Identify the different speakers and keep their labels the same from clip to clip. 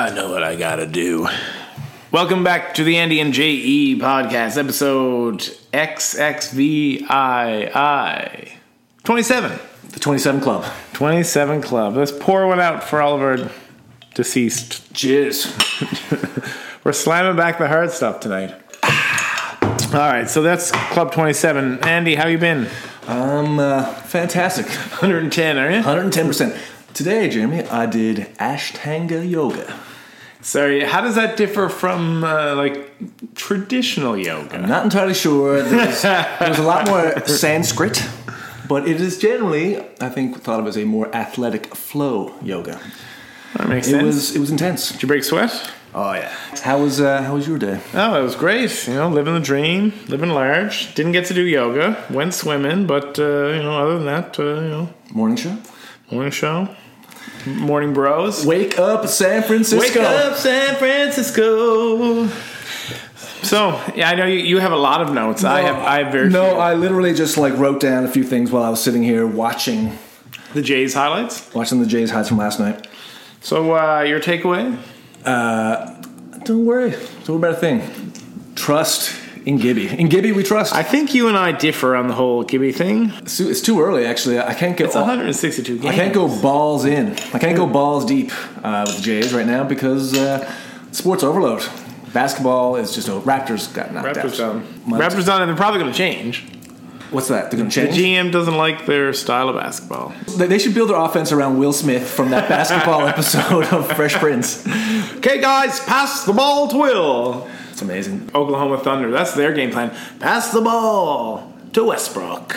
Speaker 1: I know what I gotta do. Welcome back to the Andy and JE podcast, episode XXVII 27.
Speaker 2: The 27 Club.
Speaker 1: 27 Club. Let's pour one out for all of our deceased.
Speaker 2: Cheers.
Speaker 1: We're slamming back the hard stuff tonight. All right, so that's Club 27. Andy, how you been?
Speaker 2: Um, uh, fantastic.
Speaker 1: 110, are you?
Speaker 2: 110%. Today, Jeremy, I did Ashtanga Yoga.
Speaker 1: Sorry, how does that differ from uh, like traditional yoga?
Speaker 2: I'm not entirely sure. There's, there's a lot more Sanskrit, but it is generally, I think, thought of as a more athletic flow yoga.
Speaker 1: That makes
Speaker 2: It
Speaker 1: sense.
Speaker 2: was it was intense.
Speaker 1: Did you break sweat?
Speaker 2: Oh yeah. How was uh, how was your day?
Speaker 1: Oh, it was great. You know, living the dream, living large. Didn't get to do yoga. Went swimming, but uh, you know, other than that, uh, you know,
Speaker 2: Morning show.
Speaker 1: morning show, morning bros.
Speaker 2: Wake up, San Francisco.
Speaker 1: Wake up, San Francisco. So, yeah, I know you, you have a lot of notes. I have, I have very
Speaker 2: no,
Speaker 1: few.
Speaker 2: I literally just like wrote down a few things while I was sitting here watching
Speaker 1: the Jays highlights.
Speaker 2: watching the Jays hides from last night.
Speaker 1: So, uh, your takeaway?
Speaker 2: Don't worry. Don't worry about a thing. Trust in Gibby. In Gibby, we trust.
Speaker 1: I think you and I differ on the whole Gibby thing.
Speaker 2: it's, too, it's too early, actually. I can't get.
Speaker 1: It's
Speaker 2: all-
Speaker 1: 162 games.
Speaker 2: Oh. I can't go balls in. I can't go balls deep uh, with the Jays right now because uh, sports overload. Basketball is just oh, Raptors got knocked
Speaker 1: Raptors
Speaker 2: out.
Speaker 1: down.
Speaker 2: My-
Speaker 1: Raptors down, and they're probably going to change.
Speaker 2: What's that? They're gonna
Speaker 1: The
Speaker 2: change.
Speaker 1: GM doesn't like their style of basketball.
Speaker 2: They- they should build their offense around Will Smith from that basketball episode of Fresh Prince.
Speaker 1: Okay, guys, pass the ball to Will.
Speaker 2: It's amazing.
Speaker 1: Oklahoma Thunder. That's their game plan. Pass the ball to Westbrook.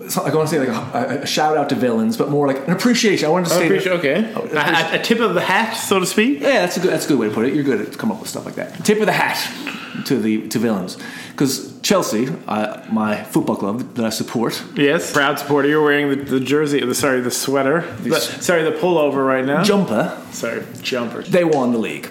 Speaker 2: It's not- I want to say like a, a- a shout out to villains, but more like an appreciation. I wanted to say. that-
Speaker 1: okay.
Speaker 2: Oh,
Speaker 1: A- a- a tip of the hat, so to speak.
Speaker 2: Yeah, that's a good that's a good way to put it. You're good at coming up with stuff like that. Tip of the hat to the to villains, because Chelsea, uh, my football club that I support,
Speaker 1: Yes, proud supporter. You're wearing the, the jersey. The, sorry, the sweater. The-
Speaker 2: These-
Speaker 1: sorry, the pullover right now.
Speaker 2: jumper,
Speaker 1: sorry, jumper.
Speaker 2: they won the league.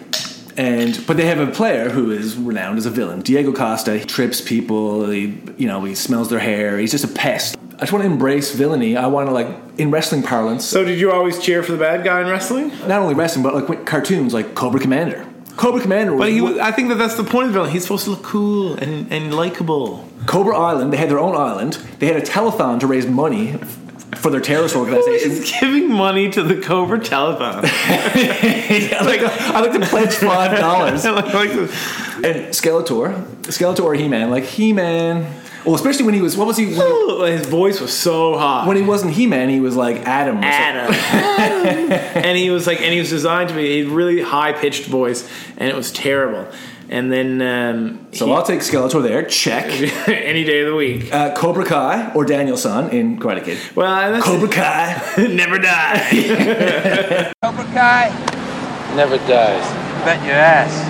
Speaker 2: And but they have a player who is renowned as a villain, Diego Costa. He trips people. He you know he smells their hair. He's just a pest. I just want to embrace villainy. I want to like in wrestling parlance,
Speaker 1: So, did you always cheer for the bad guy in wrestling?
Speaker 2: not only wrestling but like cartoons like Cobra Commander. Cobra Commander.
Speaker 1: But
Speaker 2: was-
Speaker 1: he, was- I think that that's the point of the villain. He's supposed to look cool and, and likable.
Speaker 2: Cobra Island, they had their own island. They had a telethon to raise money f- for their terrorist
Speaker 1: Who
Speaker 2: organization.
Speaker 1: is giving money to the Cobra Telethon?
Speaker 2: I like, to- I like to pledge five dollars.
Speaker 1: Like- like the-
Speaker 2: And Skeletor, Skeletor or He Man, like He Man. Well, especially when he was, what was he? When,
Speaker 1: Ooh, oh, his voice was so hot.
Speaker 2: when he wasn't He Man, he was like Adam. or something.
Speaker 1: Adam. and he was like, and he was designed to be a really high pitched voice, and it was terrible. And then um,
Speaker 2: So I'll take Skeletor there. Check.
Speaker 1: any day of the week.
Speaker 2: Uh, Cobra Kai or Daniel San in Karate Kid.
Speaker 1: Well, that's
Speaker 2: Cobra Kai.
Speaker 1: never die.
Speaker 3: Cobra Kai,
Speaker 4: never dies.
Speaker 3: bet your ass.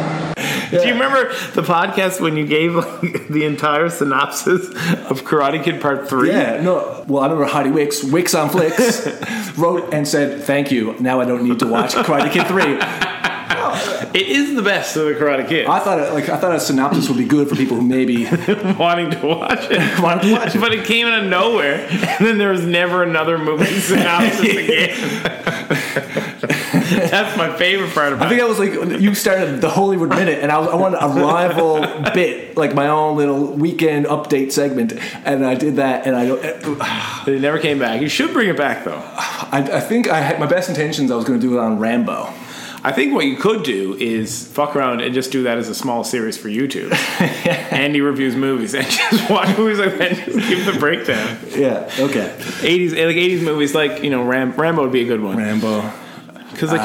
Speaker 1: Do you remember the podcast when you gave like, the entire synopsis of Karate Kid Part Three?
Speaker 2: Yeah, no. Well, I remember Heidi Wicks, Wicks on Flicks, wrote and said, "Thank you. Now I don't need to watch Karate Kid 3.
Speaker 1: It is the best of the Karate Kid.
Speaker 2: I thought it, like I thought a synopsis would be good for people who maybe
Speaker 1: wanting to watch it.
Speaker 2: wanted to watch it.
Speaker 1: But it came out of nowhere, and then there was never another movie synopsis again. That's my favorite part about
Speaker 2: I think I was like you started the Hollywood Minute, and I, was, I wanted a rival bit, like my own little weekend update segment, and I did that, and I don't.
Speaker 1: But it never came back. You should bring it back though.
Speaker 2: I, I think I had my best intentions. I was going to do it on Rambo.
Speaker 1: I think what you could do is fuck around and just do that as a small series for YouTube. Andy reviews movies and just watch movies like that. And just give the breakdown.
Speaker 2: Yeah. Okay.
Speaker 1: Eighties eh, like eighties movies like you know Ram- Rambo would be a good one
Speaker 2: Rambo.
Speaker 1: because like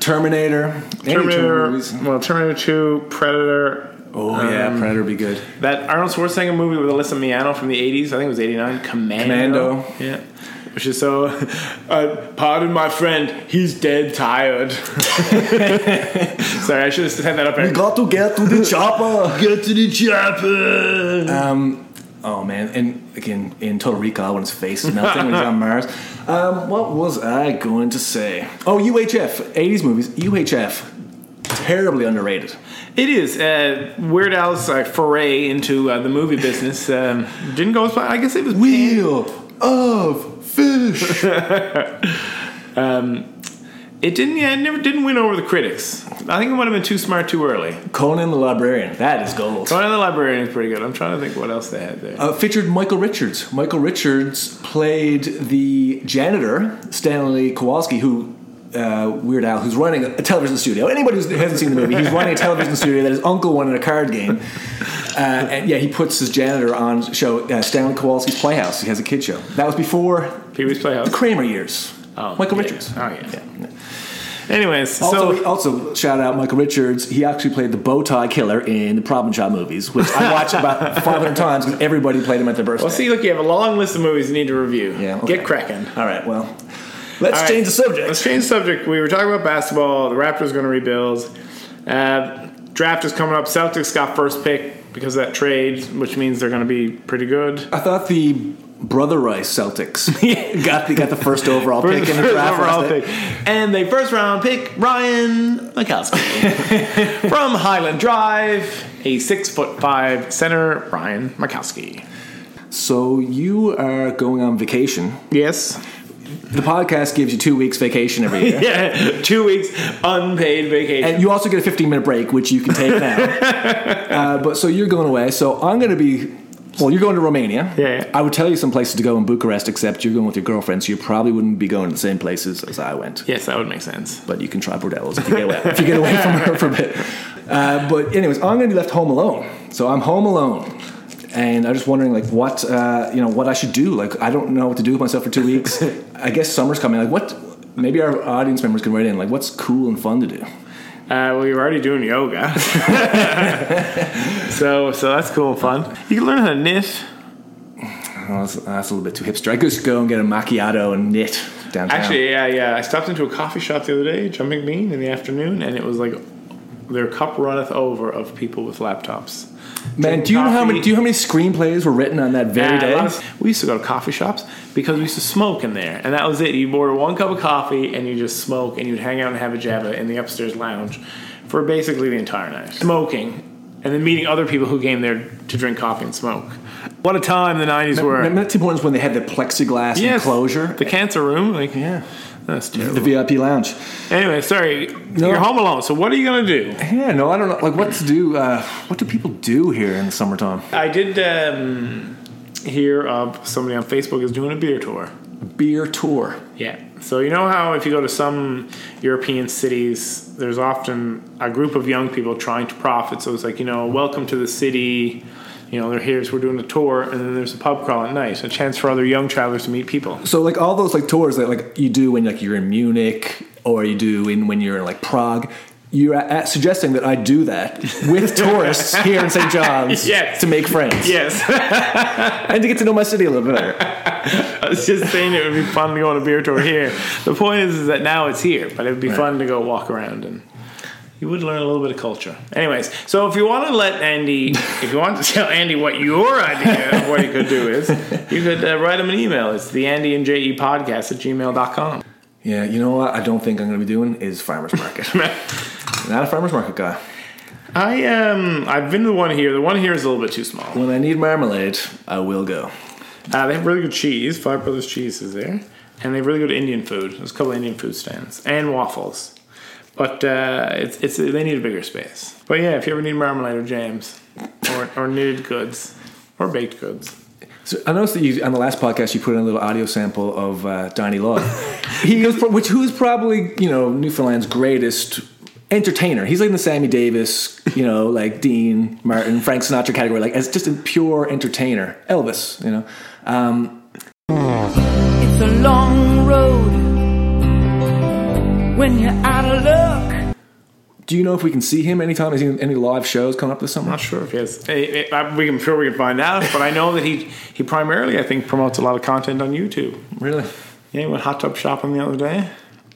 Speaker 2: Terminator. Any
Speaker 1: Um, Terminator,
Speaker 2: movies.
Speaker 1: well Terminator Two, Predator.
Speaker 2: Oh yeah, Predator would be good.
Speaker 1: That Arnold Schwarzenegger movie with Alyssa Milano from the eighties. I think it was eighty nine. Commando.
Speaker 2: Commando.
Speaker 1: Yeah. Which is so, uh, pardon my friend, he's dead tired. Sorry, I should have said that up.
Speaker 2: We got to get to the chopper.
Speaker 1: Get to the chopper.
Speaker 2: Um, oh man, and again in Total Recall when his face is melting when he's on Mars. Um, what was I going to say? Oh, UHF, eighties movies. UHF, terribly underrated.
Speaker 1: It is uh, Weird Al's uh, foray into uh, the movie business um, didn't go as planned. I guess it was.
Speaker 2: Wheel of Fish.
Speaker 1: Um, it didn't. Yeah, it never didn't win over the critics. I think it might have been too smart too early.
Speaker 2: Conan the Librarian. That is gold.
Speaker 1: Conan the Librarian is pretty good. I'm trying to think what else they had there.
Speaker 2: Uh, featured Michael Richards. Michael Richards played the janitor, Stanley Kowalski, who. Uh, Weird Al, who's running a television studio. Anybody who hasn't seen the movie, he's running a television studio that his uncle won in a card game. Uh, and yeah, he puts his janitor on show uh, Stanley Kowalski's Playhouse. He has a kid show. That was before
Speaker 1: Pee Wee's Playhouse.
Speaker 2: the Kramer years.
Speaker 1: Oh,
Speaker 2: Michael
Speaker 1: yeah.
Speaker 2: Richards.
Speaker 1: Oh yeah. Anyways,
Speaker 2: Also,
Speaker 1: so
Speaker 2: also shout out Michael Richards. He actually played the bow tie killer in the Problem Child movies, which I watched about 500 times because everybody played him at their birthday.
Speaker 1: well, see, look, you have a long list of movies you need to review.
Speaker 2: Yeah, okay.
Speaker 1: Get cracking.
Speaker 2: All right, well, let's
Speaker 1: All right.
Speaker 2: change the subject.
Speaker 1: Let's change the subject. We were talking about basketball. The Raptors going to rebuild. Uh, draft is coming up. Celtics got first pick because of that trade, which means they're going to be pretty good.
Speaker 2: I thought the Brother Rice Celtics got the got the first overall pick in the
Speaker 1: First
Speaker 2: draft.
Speaker 1: overall
Speaker 2: last night.
Speaker 1: pick. And they first round pick Ryan Mikowski from Highland Drive, a six foot five center, Ryan Mikowski.
Speaker 2: So you are going on vacation.
Speaker 1: Yes.
Speaker 2: The podcast gives you two weeks vacation every year.
Speaker 1: Yeah. Two weeks unpaid vacation.
Speaker 2: And you also get a 15 minute break, which you can take now. uh, but so you're going away. So I'm going to be. Well, you're going to Romania.
Speaker 1: Yeah, yeah.
Speaker 2: I would tell you some places to go in Bucharest, except you're going with your girlfriend, so you probably wouldn't be going to the same places as I went.
Speaker 1: yes, that would make sense.
Speaker 2: But you can try Bordellos if you get away, if you get away from her for a bit. Uh, but anyways, I'm going to be left home alone. So I'm home alone. And I'm just wondering, like, what uh, you know, what I should do. Like, I don't know what to do with myself for two weeks. I guess summer's coming. Like, what? Maybe our audience members can write in. Like, what's cool and fun to do?
Speaker 1: Uh, well, you're already doing yoga, so so that's cool, and fun. You can learn how to knit.
Speaker 2: Well, Oh, that's, that's a little bit too hipster. I could just go and get a macchiato and knit downtown.
Speaker 1: Actually, yeah, yeah. I stopped into a coffee shop the other day, Jumping Bean, in the afternoon, and it was like their cup runneth over of people with laptops.
Speaker 2: man, do you know how many do you know how many screenplays were written on that very
Speaker 1: Yeah, a
Speaker 2: day?
Speaker 1: lot of- we used to go to coffee shops because we used to smoke in there, and that was it. You would order one cup of coffee and you just smoke, and you'd hang out and have a jabba in the upstairs lounge for basically the entire night, smoking, and then meeting other people who came there to drink coffee and smoke. What a time the '90s were!
Speaker 2: Remember that Tim Hortons when they had the plexiglass
Speaker 1: Yes,
Speaker 2: enclosure,
Speaker 1: the cancer room, like
Speaker 2: yeah,
Speaker 1: that's
Speaker 2: the
Speaker 1: terrible.
Speaker 2: VIP lounge.
Speaker 1: Anyway, sorry, you're home alone. So what are you gonna do?
Speaker 2: Yeah, no, I don't know. Like, what to do? Uh, what do people do here in the summertime?
Speaker 1: I did um, hear of somebody on Facebook is doing a beer tour.
Speaker 2: Beer tour.
Speaker 1: Yeah. So you know how if you go to some European cities, there's often a group of young people trying to profit. So it's like you know, welcome to the city. You know, they're here, so we're doing a tour, and then there's a pub crawl at night, a chance for other young travelers to meet people.
Speaker 2: So, like, all those like tours that like you do when like you're in Munich or you do in when you're in like Prague. You're a a- suggesting that I do that with tourists here in St. John's
Speaker 1: Yes.
Speaker 2: to make friends
Speaker 1: Yes,
Speaker 2: and to get to know my city a little bit better.
Speaker 1: I was just saying it would be fun to go on a beer tour here. The point is, is that now it's here, but it would be fun to go walk around and you would learn a little bit of culture. Anyways, so if you want to let Andy, if you want to tell Andy what your idea of what he could do is, you could uh, write him an email. It's the Andy and JE podcast at gmail.com.
Speaker 2: Yeah, you know what I don't think I'm going to be doing is farmers market. Not a farmers market guy.
Speaker 1: I um, I've been to the one here. The one here is a little bit too small.
Speaker 2: When I need marmalade, I will go.
Speaker 1: Uh, they have really good cheese. Five Brothers cheese is there, and they have really good Indian food. There's a couple of Indian food stands and waffles, but uh, it's it's they need a bigger space. But yeah, if you ever need marmalade or jams, or or knitted goods, or baked goods,
Speaker 2: So I noticed that you on the last podcast you put in a little audio sample of uh, Donnie Law. he was, pro- which who's probably you know Newfoundland's greatest entertainer. He's like in the Sammy Davis, you know, like Dean Martin, Frank Sinatra category, like as just a pure entertainer. Elvis, you know. Um,
Speaker 5: It's a long road when you're out of luck.
Speaker 2: do you know if we can see him anytime? Is he any live shows coming up this summer?
Speaker 1: not sure if he has. eh, eh, I- we can sure we can find out. But I know that he he primarily I think promotes a lot of content on YouTube.
Speaker 2: Really?
Speaker 1: Yeah, he went hot tub shopping the other day,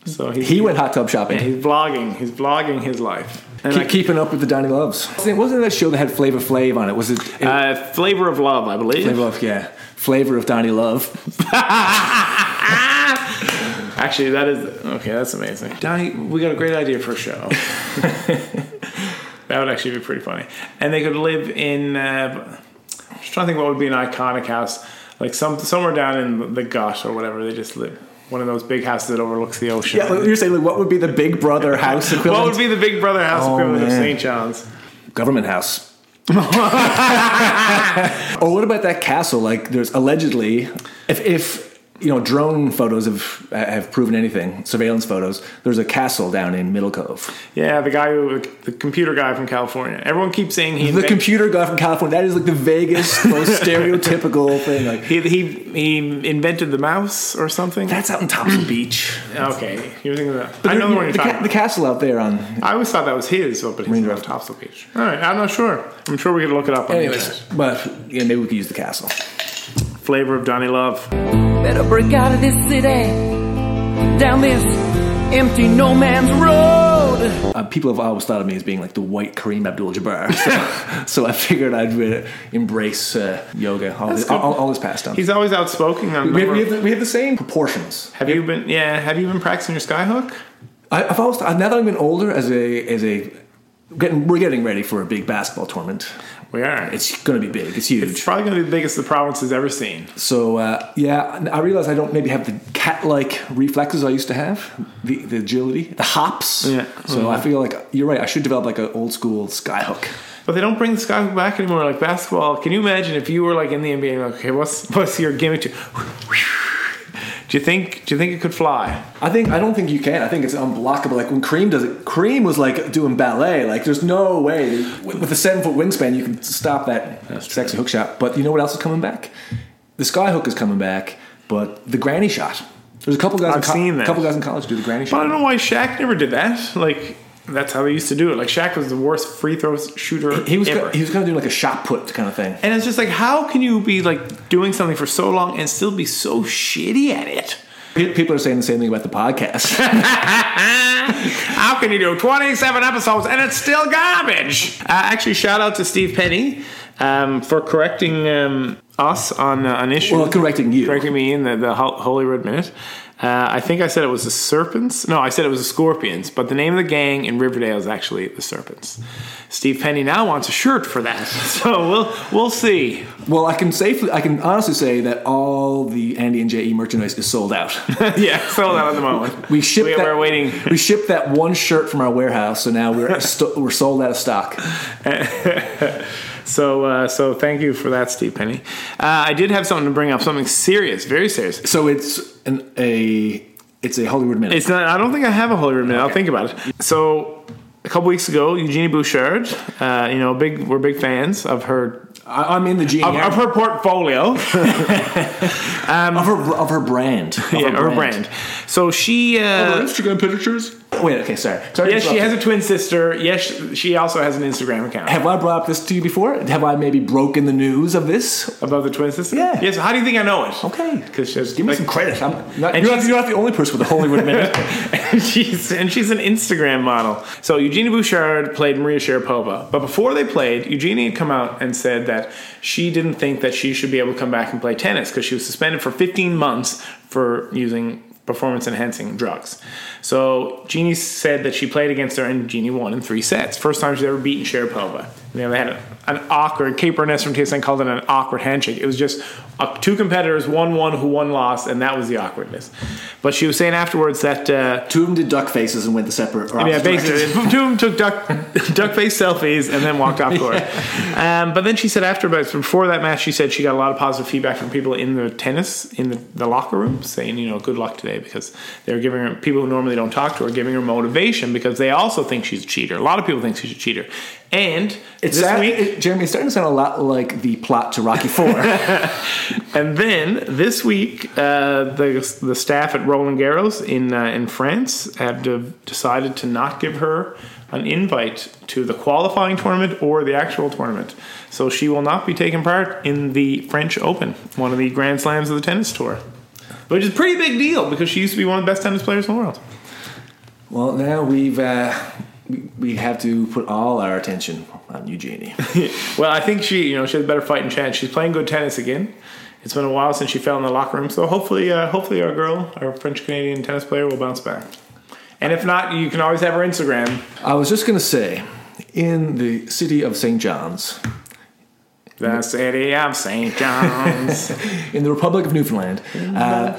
Speaker 1: so he's,
Speaker 2: He went hot tub shopping.
Speaker 1: He's vlogging. He's vlogging his life. And
Speaker 2: Keep,
Speaker 1: I-
Speaker 2: keeping up with the Donny Loves. Wasn't it- wasn't that show that had Flavor Flav on it? Was it, it
Speaker 1: uh, Flavor of Love, I believe.
Speaker 2: Flavor of yeah, Flavor of Donny Love?
Speaker 1: Actually, that is okay. That's amazing, Donnie. We got a great idea for a show. that would actually be pretty funny. And they could live in. Uh, I'm just trying to think what would be an iconic house, like some somewhere down in the gut or whatever. They just live. one of those big houses that overlooks the ocean.
Speaker 2: Yeah, you're saying like, what would be the Big Brother house
Speaker 1: what
Speaker 2: equivalent?
Speaker 1: would be the Big Brother house
Speaker 2: Oh,
Speaker 1: equivalent of
Speaker 2: man.
Speaker 1: St. John's?
Speaker 2: government house? or what about that castle? Like, there's allegedly, if, if you know, drone photos have have proven anything, surveillance photos. There's a castle down in Middle Cove.
Speaker 1: Yeah, the guy who the computer guy from California. Everyone keeps saying he
Speaker 2: The
Speaker 1: invent-
Speaker 2: computer guy from California. That is like the vaguest, most stereotypical thing. Like,
Speaker 1: he, he he invented the mouse or something.
Speaker 2: that's out in Thompson Beach.
Speaker 1: okay, you're thinking of that. I know the one you're
Speaker 2: the,
Speaker 1: talking.
Speaker 2: ca-
Speaker 1: about.
Speaker 2: the castle out there on
Speaker 1: I always thought that was his, but he's
Speaker 2: Ranger
Speaker 1: on Topsail Beach. All right, I'm not sure. I'm sure we could look it up. On the internet.
Speaker 2: Anyways, but yeah, maybe we could use the castle.
Speaker 1: flavor of Donny Love.
Speaker 5: Better break out of this city, down this empty no man's road.
Speaker 2: Uh, people have always thought of me as being like the white Kareem Abdul-Jabbar, so, so I figured I'd uh, embrace uh, yoga, all this, all, all this past time.
Speaker 1: He's always outspoken. On
Speaker 2: We have,
Speaker 1: number-
Speaker 2: we, have the, we have the same proportions.
Speaker 1: have you been? Yeah, have you been practicing your skyhook?
Speaker 2: I, I've always thought, now that I'm getting older, as a as a getting, we're getting ready for a big basketball tournament.
Speaker 1: We are. It's,
Speaker 2: It's going to be big. It's huge.
Speaker 1: probably going to be the biggest the province has ever seen.
Speaker 2: So uh, yeah, I realize I don't maybe have the cat-like reflexes I used to have, the, the agility, the hops.
Speaker 1: Yeah.
Speaker 2: So I feel like you're right. I should develop like an old school skyhook.
Speaker 1: But they don't bring the skyhook back anymore. Like basketball, can you imagine if you were like in the NBA? and, Like, okay, what's what's your gimmick? To, do you think? Do you think it could fly?
Speaker 2: I think I don't think you can. I think it's unblockable. Like when Cream does it, Cream was like doing ballet. Like there's no way with with a seven foot wingspan you can stop that sexy hook shot. But you know what else is coming back? The skyhook is coming back, but the granny shot. There's a couple guys. in
Speaker 1: I've seen that.
Speaker 2: couple guys in college do the granny
Speaker 1: But I
Speaker 2: shot.
Speaker 1: don't know why Shaq never did that. Like that's how they used to do it. Like Shaq was the worst free throw shooter
Speaker 2: He was
Speaker 1: ever.
Speaker 2: he was kind of doing like a shot put kind of thing.
Speaker 1: And it's just like, how can you be like doing something for so long and still be so shitty at it?
Speaker 2: Pe- People are saying the same thing about the podcast.
Speaker 1: How can you do 27 episodes and it's still garbage? Uh, actually, shout out to Steve Penny um, for correcting um, us on uh, an issue.
Speaker 2: well, correcting you.
Speaker 1: correcting me in the, the Hol- Holy Road Minute. Uh, I think I said it was the Serpents. No, I said it was the Scorpions, but the name of the gang in Riverdale is actually the Serpents. Steve Penny now wants a shirt for that, so we'll we'll see.
Speaker 2: Well, I can safely, I can honestly say that all the Andy and JE merchandise is sold out.
Speaker 1: yeah, sold out at the moment.
Speaker 2: We shipped.
Speaker 1: We,
Speaker 2: that,
Speaker 1: are waiting.
Speaker 2: We shipped that one shirt from our warehouse, so now we're st- we're sold out of stock.
Speaker 1: So, uh, so thank you for that, Steve Penny. Uh, I did have something to bring up, something serious, very serious.
Speaker 2: So it's an, a it's a Hollywood minute.
Speaker 1: It's not. I don't think I have a Holy Road minute. I'll think about it. So, a couple weeks ago, Eugenie Bouchard. Uh, you know, big. We're big fans of her
Speaker 2: I, I'm in the genie
Speaker 1: of,
Speaker 2: area.
Speaker 1: of her portfolio.
Speaker 2: of her of her brand. Of
Speaker 1: yeah, her brand. So she.
Speaker 2: Oh,
Speaker 1: Uh,
Speaker 2: Instagram pictures. Oh, Wait. Okay. Sorry. Sorry. to
Speaker 1: yes, she
Speaker 2: interrupt
Speaker 1: has
Speaker 2: you.
Speaker 1: a twin sister. Yes, she- she also has an Instagram account
Speaker 2: Have I brought up this to you before? Have I maybe broken the news of this?
Speaker 1: about the twin sister.
Speaker 2: Yeah.
Speaker 1: Yes. How do you think I know it?
Speaker 2: Okay.
Speaker 1: Because she has.
Speaker 2: Give me
Speaker 1: like,
Speaker 2: some credit. I'm not,
Speaker 1: And
Speaker 2: you're, not,
Speaker 1: she's-
Speaker 2: you're not the only person with a Hollywood minute.
Speaker 1: and she's and she's an Instagram model. So Eugenie Bouchard played Maria Sharapova, but before they played, Eugenie had come out and said that she didn't think that she should be able to come back and play tennis because she was suspended for 15 months for using performance enhancing drugs. So Jeannie said that she played against her and Jeannie won in three sets. First time she's ever beaten Sharapova. You know, they had a, an awkward, Kate Burness from TSN called it an awkward handshake. It was just uh, two competitors, one won, who one lost, and that was the awkwardness. But she was saying afterwards that uh,
Speaker 2: Two of them did duck faces and went the separate. or
Speaker 1: yeah,
Speaker 2: opposite directions.
Speaker 1: basically, two of them took duck duck face selfies and then walked off court. Um, but then she said after, but before that match, she said she got a lot of positive feedback from people in the tennis in the, the locker room, saying you know good luck today because they're giving her people who normally don't talk to her giving her motivation because they also think she's a cheater. A lot of people think she's a cheater, and
Speaker 2: It's
Speaker 1: this
Speaker 2: sad-
Speaker 1: week
Speaker 2: it- Jeremy, it's starting to sound a lot like the plot to Rocky Four.
Speaker 1: And then this week, uh, the the staff at Roland Garros in uh, in France have de- decided to not give her an invite to the qualifying tournament or the actual tournament. So she will not be taking part in the French Open, one of the Grand Slams of the tennis tour, which is a pretty big deal because she used to be one of the best tennis players in the world.
Speaker 2: well, now we've uh, we, we have to put all our attention on Eugenie.
Speaker 1: Well, I think she, you know, she has a better fighting chance. She's playing good tennis again. It's been a while since she fell in the locker room, so hopefully, uh, hopefully our girl, our French Canadian tennis player, will bounce back. And if not, you can always have her Instagram.
Speaker 2: I was just gonna say, in the city of St. John's,
Speaker 1: The city of St. John's.
Speaker 2: in the Republic of Newfoundland. Uh,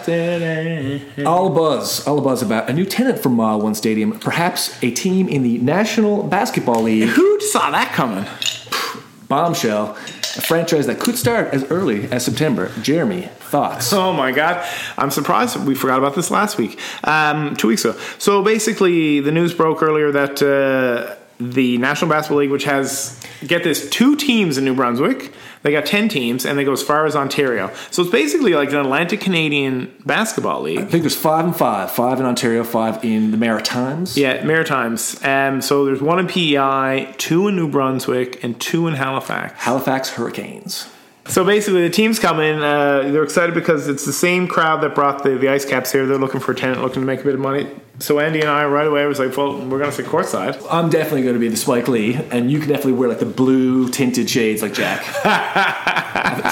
Speaker 2: all buzz, all buzz about a new tenant for Mile One Stadium, perhaps a team in the National Basketball League.
Speaker 1: Who saw that coming?
Speaker 2: Bombshell, a franchise that could start as early as September. Jeremy, thoughts?
Speaker 1: Oh my God. I'm surprised we forgot about this last week, um, two weeks ago. So basically, the news broke earlier that uh, the National Basketball League, which has, get this, two teams in New Brunswick, they got 10 teams and they go as far as Ontario. So it's basically like an Atlantic Canadian basketball league.
Speaker 2: I think there's five and five, five in Ontario, five in the Maritimes.
Speaker 1: Yeah, Maritimes. Um, so there's one in PEI, two in New Brunswick, and two in Halifax.
Speaker 2: Halifax Hurricanes.
Speaker 1: So basically, the team's coming. Uh, they're excited because it's the same crowd that brought the, the Ice Caps here. They're looking for a tenant, looking to make a bit of money. So Andy and I right away was like, well, we're going to say courtside.
Speaker 2: I'm definitely going to be the Spike Lee, and you can definitely wear like the blue tinted shades like Jack.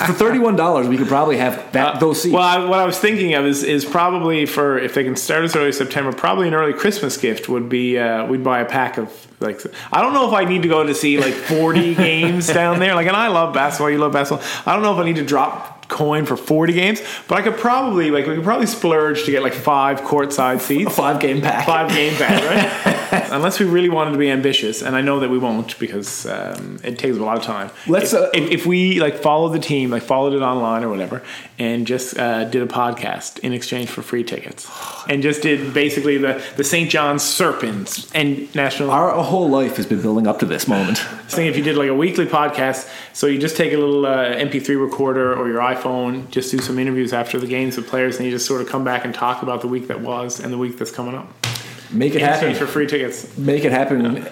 Speaker 2: For thirty-one dollars, we could probably have that, Uh, those seats.
Speaker 1: Uh, Well, I, what I was thinking of is, is probably for if they can start as early as September, probably an early Christmas gift would be uh, we'd buy a pack of like I don't know if I need to go to see like forty games down there. Like, and I love basketball. You love basketball. I don't know if I need to drop coin for forty games, but I could probably like we could probably splurge to get like five courtside seats.
Speaker 2: five-game pack.
Speaker 1: five game back, right? Unless we really wanted to be ambitious, and I know that we won't because um, it takes a lot of time.
Speaker 2: Let's,
Speaker 1: if,
Speaker 2: uh,
Speaker 1: if, if we like followed the team, like followed it online or whatever, and just uh, did a podcast in exchange for free tickets, and just did basically the the St. John's Serpents and National. I
Speaker 2: Our whole life has been building up to this moment.
Speaker 1: was thinking if you did like a weekly podcast, so you just take a little uh, MP3 recorder or your iPhone, just do some interviews after the games with players, and you just sort of come back and talk about the week that was and the week that's coming up.
Speaker 2: Make it
Speaker 1: In exchange for
Speaker 2: happen.
Speaker 1: free tickets.
Speaker 2: Make it happen.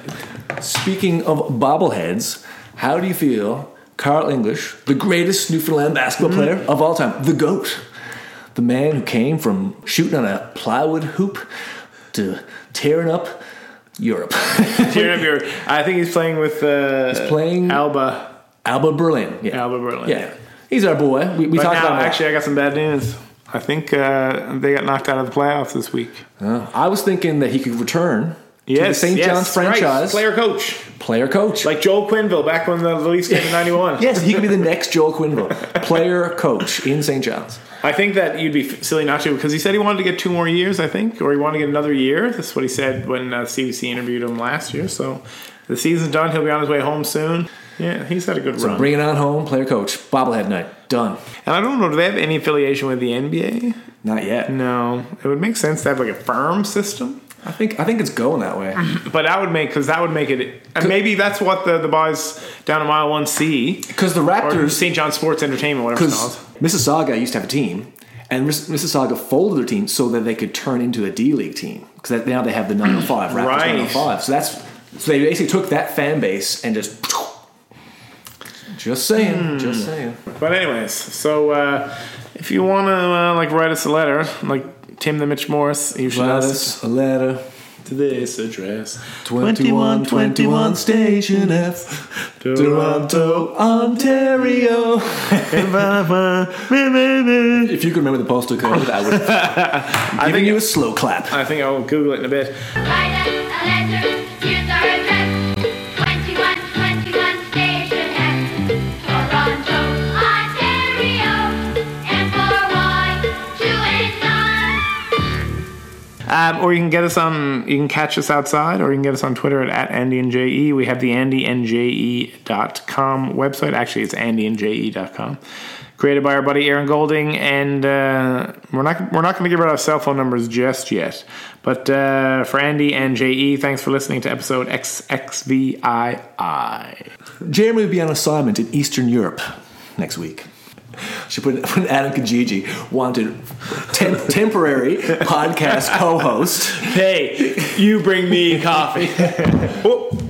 Speaker 2: Speaking of bobbleheads, how do you feel? Carl English, the greatest Newfoundland basketball
Speaker 1: Mm-hmm.
Speaker 2: player of all time, the GOAT, the man who came from shooting on a plywood hoop to tearing up Europe.
Speaker 1: Tearing up your. I think he's playing with. Uh, he's
Speaker 2: playing-
Speaker 1: Alba.
Speaker 2: Alba Berlin. Yeah.
Speaker 1: Alba Berlin.
Speaker 2: Yeah. He's our boy. We, we
Speaker 1: But
Speaker 2: talked
Speaker 1: now,
Speaker 2: about him.
Speaker 1: actually, I got some bad news. I think uh, they got knocked out of the playoffs this week.
Speaker 2: Uh, I was thinking that he could return to the
Speaker 1: Yes,
Speaker 2: St.
Speaker 1: yes,
Speaker 2: John's
Speaker 1: right.
Speaker 2: franchise, player,
Speaker 1: player coach
Speaker 2: coach.
Speaker 1: like Joel Quinville back when the Leafs came in '91.
Speaker 2: yes, he could be the next Joel Quinville, player coach in St. John's.
Speaker 1: I think that you'd be f- silly not to because he said he wanted to get two more years. I think, or he wanted to get another year. That's what he said when uh, CBC interviewed him last year. So the season's done. He'll be on his way home soon. Yeah, he's had a good run.
Speaker 2: Bring it on home, player coach, bobblehead night. Done.
Speaker 1: and I don't know, do they have any affiliation with the NBA?
Speaker 2: Not yet.
Speaker 1: No, it would make sense to have like a firm system,
Speaker 2: I think I think it's going that way.
Speaker 1: but that would make because that would make it. And maybe that's what the the boys down at mile one see
Speaker 2: Because the
Speaker 1: or
Speaker 2: Raptors,
Speaker 1: St. John Sports Entertainment, whatever it's
Speaker 2: because
Speaker 1: called.
Speaker 2: Mississauga used to have a team, and Miss- Mississauga folded their team so that they could turn into a D League team. Because now they have the 905 Raptors
Speaker 1: Right.
Speaker 2: 905. So that's so they basically took that fan base and just. Just saying, just
Speaker 1: Hmm.
Speaker 2: saying.
Speaker 1: But anyways, so uh, if you want to uh, like write us a letter, like Tim the Mitch Morris, you should
Speaker 2: Write
Speaker 1: ask
Speaker 2: us a letter.
Speaker 1: to this address.
Speaker 2: 2121 Station F, Toronto, Ontario. if you could remember the postal code, I would have
Speaker 1: I
Speaker 2: given
Speaker 1: think
Speaker 2: you a slow clap.
Speaker 1: I think I'll Google it in a bit.
Speaker 6: Write us a letter, here's our address. 2121 Station F, Toronto, Ontario. M4Y289.
Speaker 1: Um, or you can get us on, you can catch us outside, or you can get us on Twitter at, at Andy and JE. We have the AndyandJE.com website. Actually, it's AndyandJE.com. Created by our buddy Aaron Golding, and uh, we're not we're not going to give out our cell phone numbers just yet. But uh, for Andy and JE, thanks for listening to episode XXVII.
Speaker 2: Jeremy will be on assignment in Eastern Europe next week. She put when Adam Kijiji wanted tem- temporary podcast co-host.
Speaker 1: Hey, you bring me coffee. Oh.